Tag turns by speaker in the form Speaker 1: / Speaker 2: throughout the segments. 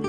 Speaker 1: 만나보시라요.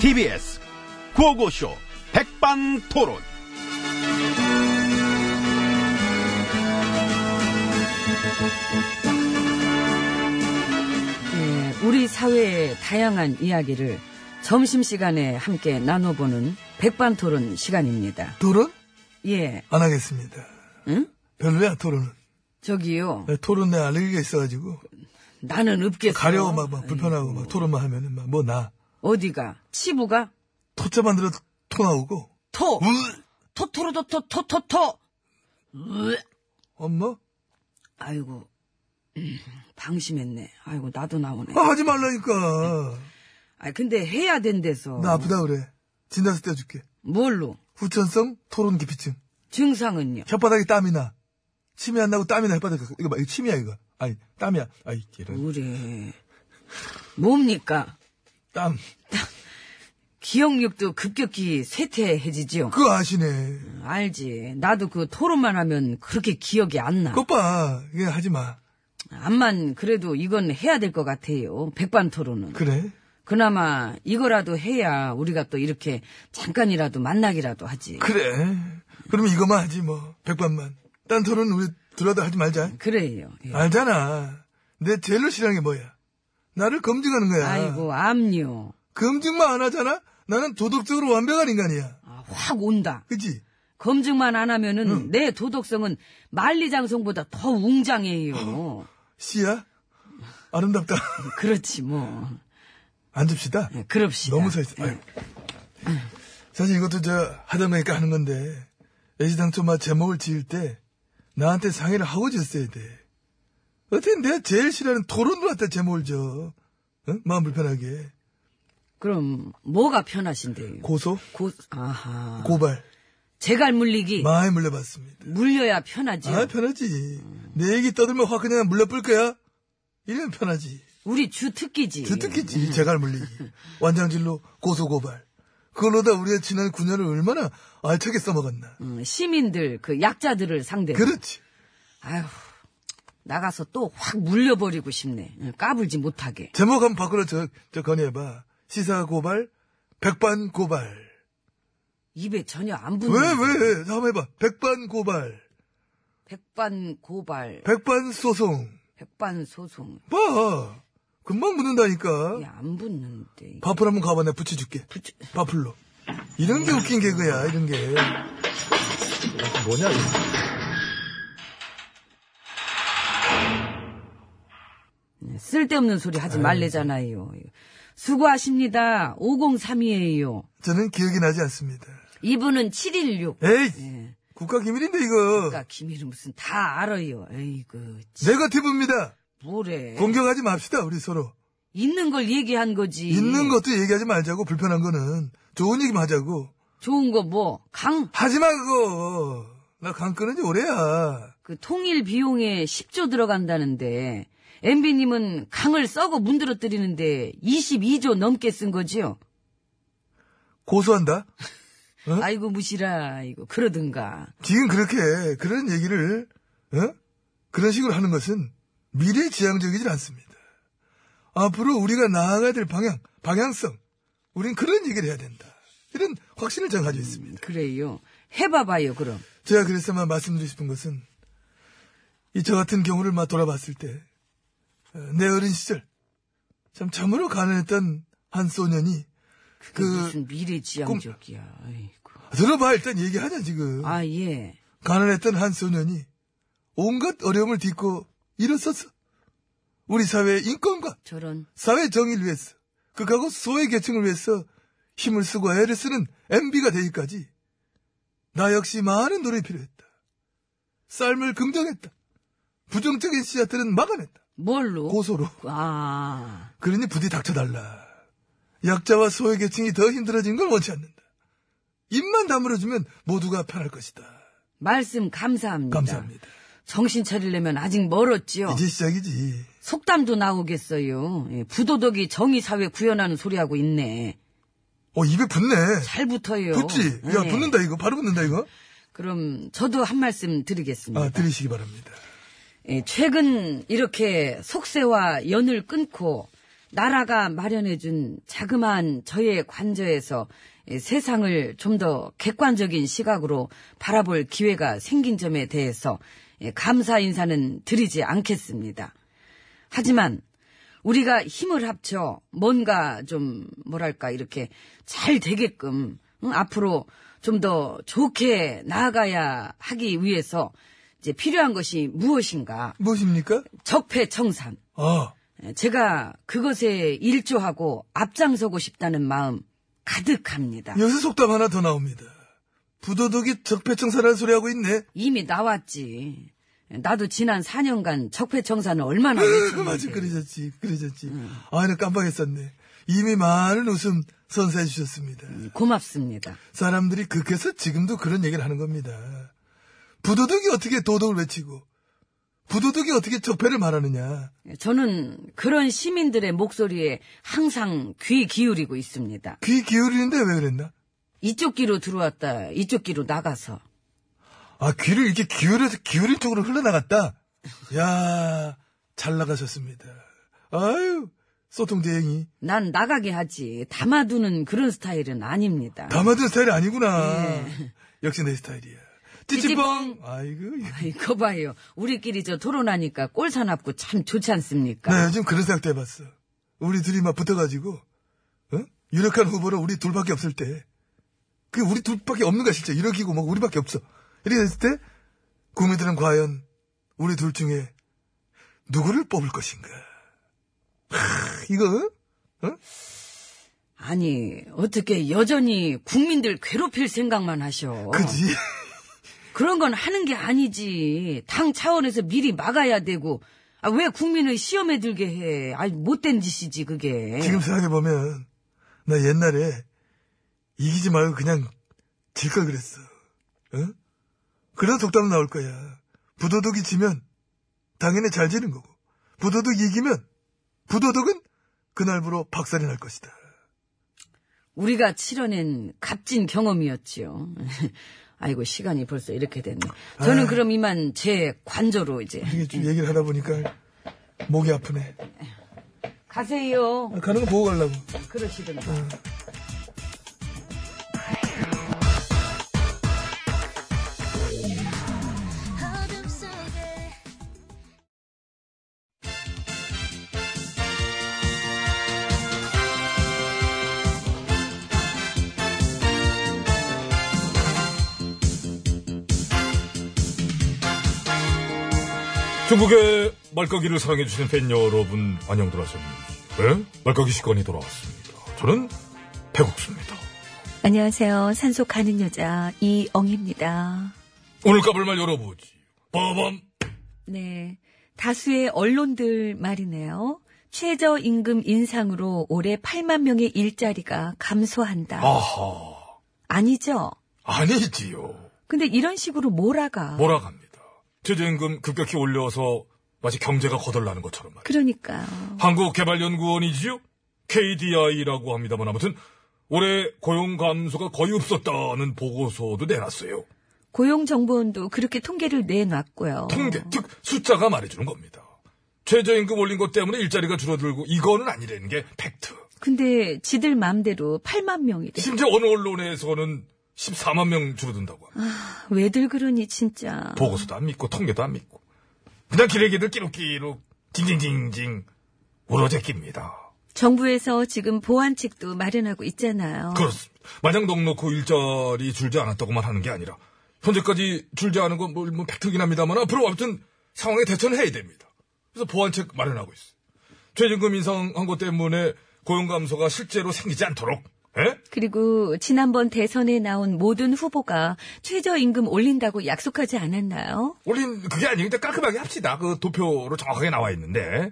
Speaker 2: TBS 구호고쇼 백반토론.
Speaker 3: 예, 우리 사회의 다양한 이야기를 점심시간에 함께 나눠보는 백반토론 시간입니다.
Speaker 4: 토론?
Speaker 3: 예,
Speaker 4: 안 하겠습니다.
Speaker 3: 응?
Speaker 4: 별로야, 토론은.
Speaker 3: 저기요.
Speaker 4: 나 토론 내 알레르기가 있어가지고.
Speaker 3: 나는 없겠어.
Speaker 4: 가려워, 막, 막 불편하고, 막 토론만 하면은, 막, 뭐, 나.
Speaker 3: 어디가? 치부가?
Speaker 4: 토자만 들어도 토 나오고.
Speaker 3: 토!
Speaker 4: 우!
Speaker 3: 토토로도 토, 토, 토, 토! 으,
Speaker 4: 엄마?
Speaker 3: 아이고, 음, 방심했네. 아이고, 나도 나오네.
Speaker 4: 아, 하지 말라니까.
Speaker 3: 아, 근데 해야 된대서.
Speaker 4: 나 아프다 그래. 진단서 떼줄게.
Speaker 3: 뭘로?
Speaker 4: 후천성 토론 기피증.
Speaker 3: 증상은요?
Speaker 4: 혓바닥에 땀이 나. 침이 안 나고 땀이 나, 혓바닥에. 이거 봐, 이거 침이야, 이거. 아니, 땀이야. 아이, 이런.
Speaker 3: 우리, 뭡니까?
Speaker 4: 땀.
Speaker 3: 기억력도 급격히 쇠퇴해지지요?
Speaker 4: 그거 아시네.
Speaker 3: 알지. 나도 그 토론만 하면 그렇게 기억이 안 나.
Speaker 4: 그것 봐. 이게 하지 마.
Speaker 3: 암만 그래도 이건 해야 될 것 같아요. 백반 토론은.
Speaker 4: 그래?
Speaker 3: 그... 나마 이거라도 해야 우리가 또 이렇게 잠깐이라도 만나기라도 하지.
Speaker 4: 그래. 그러면 이거만 하지, 뭐. 백반만. 딴 토론 우리 들어도 하지 말자.
Speaker 3: 그... 래요 예.
Speaker 4: 알잖아. 내 제일로 싫어하는 게 뭐야? 나를 검증하는 거야.
Speaker 3: 아이고 암요.
Speaker 4: 검증만 안 하잖아? 나는 도덕적으로 완벽한 인간이야.
Speaker 3: 아, 확 온다.
Speaker 4: 그치?
Speaker 3: 검증만 안 하면은
Speaker 4: 음.
Speaker 3: 내 도덕성은 만리장성보다 더
Speaker 4: 어.
Speaker 3: 웅장해요.
Speaker 4: 씨야? 아름답다.
Speaker 3: 그렇지 뭐.
Speaker 4: 앉읍시다.
Speaker 3: 예, 그럽시다.
Speaker 4: 너무 서있어. 아유. 사실 이것도 저 하던 거니까 하는 건데 애시당초 막 제목을 지을 때 나한테 상의를 하고 지었어야 돼. 어떻게 내가 제일 싫어하는 토론으로 갖다 제목을 줘. 어? 마음 불편하게.
Speaker 3: 그럼 뭐가 편하신데요?
Speaker 4: 고소,
Speaker 3: 고... 아하.
Speaker 4: 고발,
Speaker 3: 제갈 물리기.
Speaker 4: 많이 물려봤습니다.
Speaker 3: 물려야 편하지.
Speaker 4: 아 편하지. 내 얘기 떠들면 확 그냥 물려뿔 거야. 이러면 편하지.
Speaker 3: 우리 주 특기지.
Speaker 4: 주특기지 제갈 물리기. 완장질로 고소 고발. 그걸로다 우리가 지난 9년을 얼마나 알차게 써먹었나.
Speaker 3: 음, 시민들 그 약자들을
Speaker 4: 예.
Speaker 3: 상대로.
Speaker 4: 그렇지.
Speaker 3: 아휴 나가서 또 확 물려버리고 싶네. 응, 까불지 못하게.
Speaker 4: 제목 한번 바꾸라 저, 저 건의해봐. 시사 고발, 백반 고발.
Speaker 3: 입에 전혀 안 붙는.
Speaker 4: 왜, 왜? 한번 해봐. 백반 고발,
Speaker 3: 백반 고발,
Speaker 4: 백반 소송.
Speaker 3: 백반 소송.
Speaker 4: 봐. 금방
Speaker 3: 이게
Speaker 4: 묻는다니까.
Speaker 3: 안 붙는데.
Speaker 4: 밥풀 한번 가봐. 내가 예. 붙여줄게.
Speaker 3: 붙여-
Speaker 4: 밥풀로. 이런 게 웃긴 개그야, 이런 게. 뭐냐, 이거.
Speaker 3: 예, 쓸데없는 소리 하지 말래잖아요. 예. 수고하십니다. 503이에요.
Speaker 4: 저는 기억이 나지 않습니다.
Speaker 3: 이분은 716.
Speaker 4: 에이!
Speaker 3: 예.
Speaker 4: 국가 기밀인데, 이거.
Speaker 3: 그러니까 기밀은 무슨 다 알아요. 에이그
Speaker 4: 네거티브입니다. 예.
Speaker 3: 뭐래.
Speaker 4: 공격하지 맙시다, 우리 서로.
Speaker 3: 있는 걸 얘기한 거지.
Speaker 4: 있는 것도 얘기하지 말자고, 불편한 거는. 좋은 얘기만 하자고.
Speaker 3: 좋은 거 뭐, 강,
Speaker 4: 하지마 그거 나 간 끄는 지 오래야
Speaker 3: 그 통일 비용에 10조 들어간다는데, MB님은 강을 썩어 문드러뜨리는데 22조 넘게 쓴 거지요?
Speaker 4: 고소한다? 어?
Speaker 3: 아이고 무시라 이거 그러든가
Speaker 4: 지금 그렇게 그런 얘기를 어? 그런 식으로 하는 것은 미래지향적이지 않습니다. 앞으로 우리가 나아가야 될 방향, 방향성, 우린 그런 얘기를 해야 된다. 이런 확신을 제가 가지고 있습니다.
Speaker 3: 그래요. 해봐봐요 그럼.
Speaker 4: 제가 그래서만 말씀드리고 싶은 것은 이 저 같은 경우를 막 돌아봤을 때 내 어린 시절 참 참으로 가난했던 한 소년이
Speaker 3: 그
Speaker 4: 그-
Speaker 3: 무슨 미래지향적이야. 아이고.
Speaker 4: 들어봐 일단 얘기하자 지금
Speaker 3: 아 예.
Speaker 4: 가난했던 한 소년이 온갖 어려움을 딛고 일어섰어. 우리 사회의 인권과
Speaker 3: 저런
Speaker 4: 사회 정의를 위해서, 극하고 소외 계층을 위해서 힘을 쓰고 애를 쓰는 MB가 되기까지 나 역시 많은 노력이 필요했다. 삶을 긍정했다. 부정적인 씨앗들은 막아냈다.
Speaker 3: 뭘로?
Speaker 4: 고소로.
Speaker 3: 아
Speaker 4: 그러니 부디 닥쳐달라. 약자와 소외 계층이 더 힘들어진 걸 원치 않는다. 입만 다물어주면 모두가 편할 것이다.
Speaker 3: 말씀 감사합니다.
Speaker 4: 감사합니다.
Speaker 3: 정신 차리려면 아직 멀었지요.
Speaker 4: 이제 시작이지.
Speaker 3: 속담도 나오겠어요. 예, 부도덕이 정의 사회 구현하는 소리 하고 있네.
Speaker 4: 어, 입에 붙네.
Speaker 3: 잘 붙어요.
Speaker 4: 붙지? 야,
Speaker 3: 예.
Speaker 4: 붙는다, 이거. 바로 붙는다, 이거.
Speaker 3: 그럼 저도 한 말씀 드리겠습니다.
Speaker 4: 아, 들으시기 바랍니다.
Speaker 3: 예, 최근 이렇게 속세와 연을 끊고 나라가 마련해준 자그마한 저의 관저에서 예, 세상을 좀 더 객관적인 시각으로 바라볼 기회가 생긴 점에 대해서 예, 감사 인사는 드리지 않겠습니다. 하지만 우리가 힘을 합쳐 뭔가 좀 뭐랄까 이렇게 잘 되게끔 응? 앞으로 좀 더 좋게 나아가야 하기 위해서 이제 필요한 것이 무엇인가
Speaker 4: 무엇입니까?
Speaker 3: 적폐청산 예,
Speaker 4: 아,
Speaker 3: 제가 그것에 일조하고 앞장서고 싶다는 마음 가득합니다.
Speaker 4: 여기서 속담 하나 더 나옵니다. 부도덕이 적폐청산하는 소리 하고 있네.
Speaker 3: 이미 나왔지. 예, 나도 지난 4년간 적폐청산을 얼마나
Speaker 4: 으,
Speaker 3: 했는데
Speaker 4: 맞아, 그러셨지, 그러셨지. 아, 나 깜빡했었네. 이미 많은 웃음 선사해 주셨습니다.
Speaker 3: 고맙습니다.
Speaker 4: 사람들이 극해서 지금도 그런 얘기를 하는 겁니다. 부도덕이 어떻게 도덕을 외치고, 부도덕이 어떻게 적폐를 말하느냐.
Speaker 3: 저는 그런 시민들의 목소리에 항상 귀 기울이고 있습니다.
Speaker 4: 귀 기울이는데 왜 그랬나?
Speaker 3: 이쪽 귀로 들어왔다, 이쪽 귀로 나가서.
Speaker 4: 아, 귀를 이렇게 기울여서 기울인 쪽으로 흘러나갔다? 야, 잘 나가셨습니다. 아유, 소통대행이.
Speaker 3: 난 나가게 하지. 담아두는 그런 스타일은 아닙니다.
Speaker 4: 담아둔 스타일이 아니구나. 역시 내 스타일이야. 예. 찌찌뽕!
Speaker 3: 찌찌뽕.
Speaker 4: 아이고. 예.
Speaker 3: 이거 봐요. 우리끼리 저 토론하니까 꼴 사납고 참 좋지 않습니까?
Speaker 4: 나 요즘 그런 생각도 해봤어. 우리 둘이 막 붙어가지고, 어? 유력한 후보로 우리 둘밖에 없을 때, 그 우리 둘밖에 없는 거야, 진짜. 이러기고 막 우리밖에 없어. 이렇게 됐을 때, 국민들은 과연 우리 둘 중에 누구를 뽑을 것인가. 하, 이거, 어?
Speaker 3: 아니, 어떻게 여전히 국민들 괴롭힐 생각만 하셔.
Speaker 4: 그지?
Speaker 3: 런건 하는 게 아니지. 당 차원에서 미리 막아야 되고. 아, 왜 국민을 시험에 들게 해? 아니, 못된 짓이지, 그게.
Speaker 4: 지금 생각해보면, 나 옛날에 이기지 말고 그냥 질 걸 그랬어. 응? 그런 속담 나올 거야. 부도덕이 지면 당연히 잘 지는 거고, 부도덕이 이기면 부도덕은 그날부로 박살이 날 것이다.
Speaker 3: 우리가 치러낸 값진 경험이었지요. 아이고, 시간이 벌써 이렇게 됐네.
Speaker 5: 아.
Speaker 3: 저는 그럼 이만 제 관저로 이제.
Speaker 4: 이게 좀 얘기를 하다 보니까 목이 아프네.
Speaker 3: 가세요.
Speaker 4: 아, 가는 거 보고 가려고.
Speaker 3: 그러시든가.
Speaker 5: 중국의 말까기를 사랑해주시는 팬 여러분, 안녕들 하셨는지. 네? 말까기 시간이 돌아왔습니다. 저는 배국수입니다.
Speaker 6: 안녕하세요. 산속 가는 여자 이엉입니다.
Speaker 5: 오늘 까불 말 열어보지. 빠밤!
Speaker 6: 네. 다수의 언론들 말이네요. 최저임금 인상으로 올해 8만 명의 일자리가 감소한다.
Speaker 5: 아하.
Speaker 6: 아니죠?
Speaker 5: 아니지요.
Speaker 6: 근데 이런 식으로 몰아가.
Speaker 5: 몰아갑니다. 최저임금 급격히 올려서 마치 경제가 거덜나는 것처럼 말이죠.
Speaker 6: 그러니까요.
Speaker 5: 한국개발연구원이지요? KDI라고 합니다만 아무튼 올해 고용 감소가 거의 없었다는 보고서도 내놨어요.
Speaker 3: 고용정보원도 그렇게 통계를 내놨고요.
Speaker 5: 통계, 즉 숫자가 말해주는 겁니다. 최저임금 올린 것 때문에 일자리가 줄어들고 이거는 아니라는 게 팩트.
Speaker 3: 근데 지들 맘대로 8만 명이래.
Speaker 5: 심지어 어느 언론에서는 14만 명 줄어든다고 합니다.
Speaker 3: 왜들 그러니 진짜.
Speaker 5: 보고서도 안 믿고 통계도 안 믿고 그냥 기레기들 끼룩끼룩 징징징징 우러제낍니다.
Speaker 3: 정부에서 지금 보완책도 마련하고 있잖아요.
Speaker 5: 그렇습니다. 마냥 넉 놓고 일자리 줄지 않았다고만 하는 게 아니라 현재까지 줄지 않은 건 뭐, 뭐 팩트긴 합니다만 앞으로 아무튼 상황에 대처는 해야 됩니다. 그래서 보완책 마련하고 있어요. 최저임금 인상한 것 때문에 고용 감소가 실제로 생기지 않도록 예?
Speaker 3: 그리고 지난번 대선에 나온 모든 후보가 최저임금 올린다고 약속하지 않았나요?
Speaker 5: 올린 그게 아니니까 깔끔하게 합시다. 그 도표로 정확하게 나와 있는데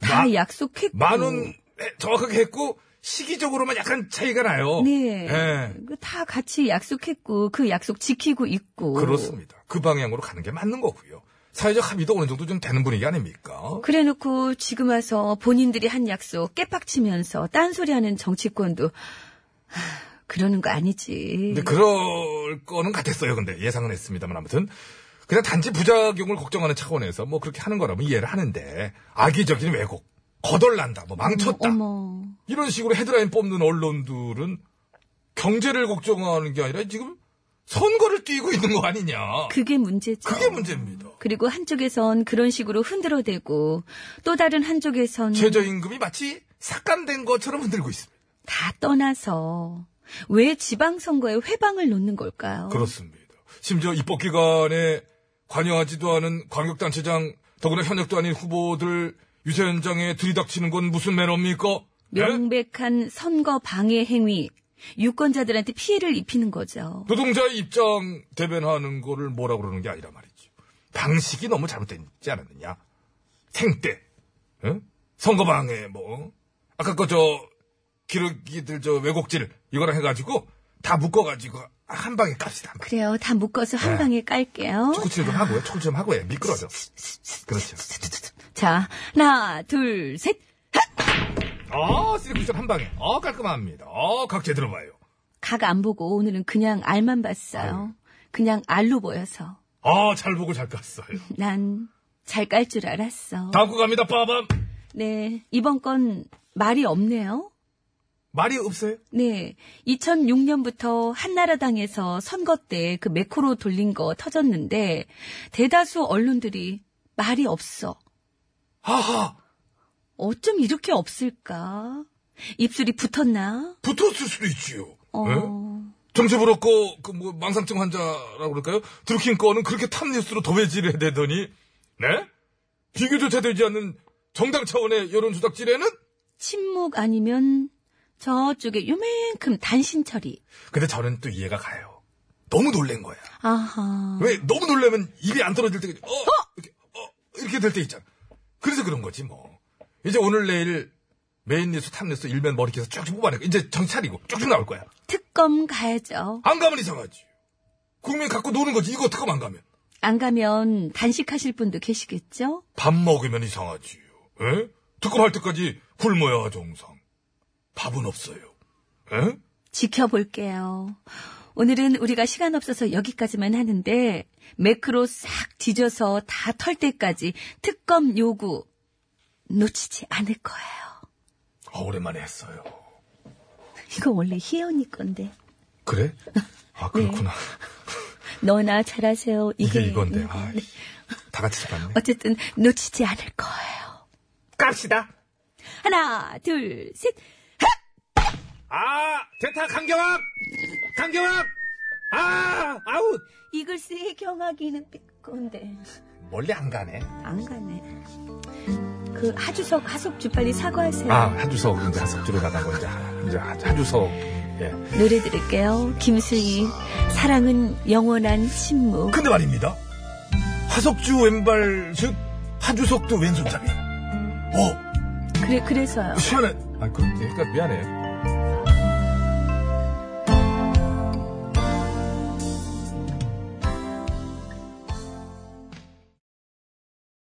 Speaker 3: 다
Speaker 5: 마-
Speaker 3: 약속했고. 음.
Speaker 5: 만원 정확하게 했고 시기적으로만 약간 차이가 나요.
Speaker 3: 네.
Speaker 5: 예.
Speaker 3: 그다 같이 약속했고 그 약속 지키고 있고.
Speaker 5: 그렇습니다. 그 방향으로 가는 게 맞는 거고요. 사회적 합의도 어느 정도 좀 되는 분위기 아닙니까?
Speaker 3: 그래 놓고 지금 와서 본인들이 한 약속 깨빡치면서 딴소리 하는 정치권도 하, 그러는 거 아니지.
Speaker 5: 근데 그럴 거는 같았어요. 근데 예상은 했습니다만 아무튼 그냥 단지 부작용을 걱정하는 차원에서 뭐 그렇게 하는 거라면 이해를 하는데 악의적인 왜곡, 거덜난다, 뭐 망쳤다
Speaker 3: 어머.
Speaker 5: 이런 식으로 헤드라인 뽑는 언론들은 경제를 걱정하는 게 아니라 지금 선거를 뛰고 있는 거 아니냐?
Speaker 3: 그게 문제죠.
Speaker 5: 그게 문제입니다.
Speaker 3: 그리고 한쪽에선 그런 식으로 흔들어대고 또 다른 한쪽에선
Speaker 5: 최저임금이 마치 삭감된 것처럼 흔들고 있습니다.
Speaker 3: 다 떠나서 왜 지방선거에 회방을 놓는 걸까요?
Speaker 5: 그렇습니다. 심지어 입법 기간에 관여하지도 않은 광역단체장 더구나 현역도 아닌 후보들 유세 현장에 들이닥치는 건 무슨 매너입니까? 예?
Speaker 3: 명백한 선거 방해 행위, 유권자들한테 피해를 입히는 거죠.
Speaker 5: 노동자의 입장 대변하는 거를 뭐라 그러는 게 아니라 말이죠. 방식이 너무 잘못되지 않았느냐. 생때, 예? 선거방해, 뭐. 아까 거 저, 기러기들 저 왜곡질, 이거랑 해가지고 다 묶어가지고 한 방에 깝시다. 한 방에.
Speaker 3: 그래요. 다 묶어서 한
Speaker 5: 네.
Speaker 3: 방에 깔게요.
Speaker 5: 초코칠 좀 하고요. 초코칠 좀 하고요. 미끄러져. 그렇죠.
Speaker 3: 자, 하나, 둘, 셋.
Speaker 5: 아, 쓰리쿠션 한 방에. 아, 깔끔합니다. 아, 각제 들어봐요.
Speaker 3: 각 안 보고 오늘은 그냥 알만 봤어요. 그냥 알로 보여서.
Speaker 5: 아, 잘 보고 잘 깠어요.
Speaker 3: 난 잘 깔 줄 알았어.
Speaker 5: 다음 거 갑니다, 빠밤.
Speaker 3: 네, 이번 건 말이 없네요.
Speaker 5: 말이 없어요?
Speaker 3: 네, 2006년부터 한나라당에서 선거 때 그 매크로 돌린 거 터졌는데 대다수 언론들이 말이 없어.
Speaker 5: 하하,
Speaker 3: 어쩜 이렇게 없을까? 입술이 붙었나?
Speaker 5: 붙었을 수도 있지요.
Speaker 3: 어,
Speaker 5: 예? 정체불었고 그 뭐 망상증 환자라고 그럴까요? 들킨 거는 그렇게 탑뉴스로 도배질해 대더니 네? 비교조차 되지 않는 정당 차원의 여론 조작질에는
Speaker 3: 침묵 아니면 저쪽에 요만큼 단신 처리.
Speaker 5: 근데 저는 또 이해가 가요. 너무 놀란 거야.
Speaker 3: 아하.
Speaker 5: 왜 너무 놀라면 입이 안 떨어질 때 그냥 음. 어, 이렇게 어 이렇게 될 때 있잖아. 그래서 그런 거지 뭐. 이제 오늘 내일 메인 뉴스 탑뉴스 일면 머리 계속 쭉쭉 뽑아내고 이제 정신 차리고 쭉쭉 나올 거야.
Speaker 3: 특검 가야죠.
Speaker 5: 안 가면 이상하지. 국민 갖고 노는 거지. 이거 특검 안 가면.
Speaker 3: 안 가면 단식하실 분도 계시겠죠?
Speaker 5: 밥 먹으면 이상하지요. 에? 특검할 때까지 굶어야 정상. 밥은 없어요. 에?
Speaker 3: 지켜볼게요. 오늘은 우리가 시간 없어서 여기까지만 하는데 매크로 싹 뒤져서 다 털 때까지 특검 요구 놓치지 않을 거예요.
Speaker 5: 아, 오랜만에 했어요.
Speaker 3: 이거 원래 희연이 건데
Speaker 5: 그래? 아, 그렇구나.
Speaker 3: 너나 잘하세요. 이게,
Speaker 5: 이게 이건데.
Speaker 3: 음,
Speaker 5: 아, 다 같이 잡았네.
Speaker 3: 어쨌든 놓치지 않을 거예요.
Speaker 5: 깝시다.
Speaker 3: 하나, 둘, 셋.
Speaker 5: 아, 대타 강경합! 강경합! 아, 아웃!
Speaker 3: 이글스의 경악이는 건데
Speaker 5: 멀리 안 가네.
Speaker 3: 안 가네. 그 하주석 하석주 빨리 사과하세요.
Speaker 5: 아, 하주석, 이제 하석주로 나간 거, 이제. 하- 이제 하- 하주석. 예.
Speaker 3: 노래 들을게요. 김수희. 사랑은 영원한 침묵.
Speaker 5: 근데 말입니다. 하석주 왼발, 즉, 하주석도 왼손잡이. 어, 오!
Speaker 3: 그래, 그래서요.
Speaker 5: 시원해. 아, 그럼, 그러니까 미안해.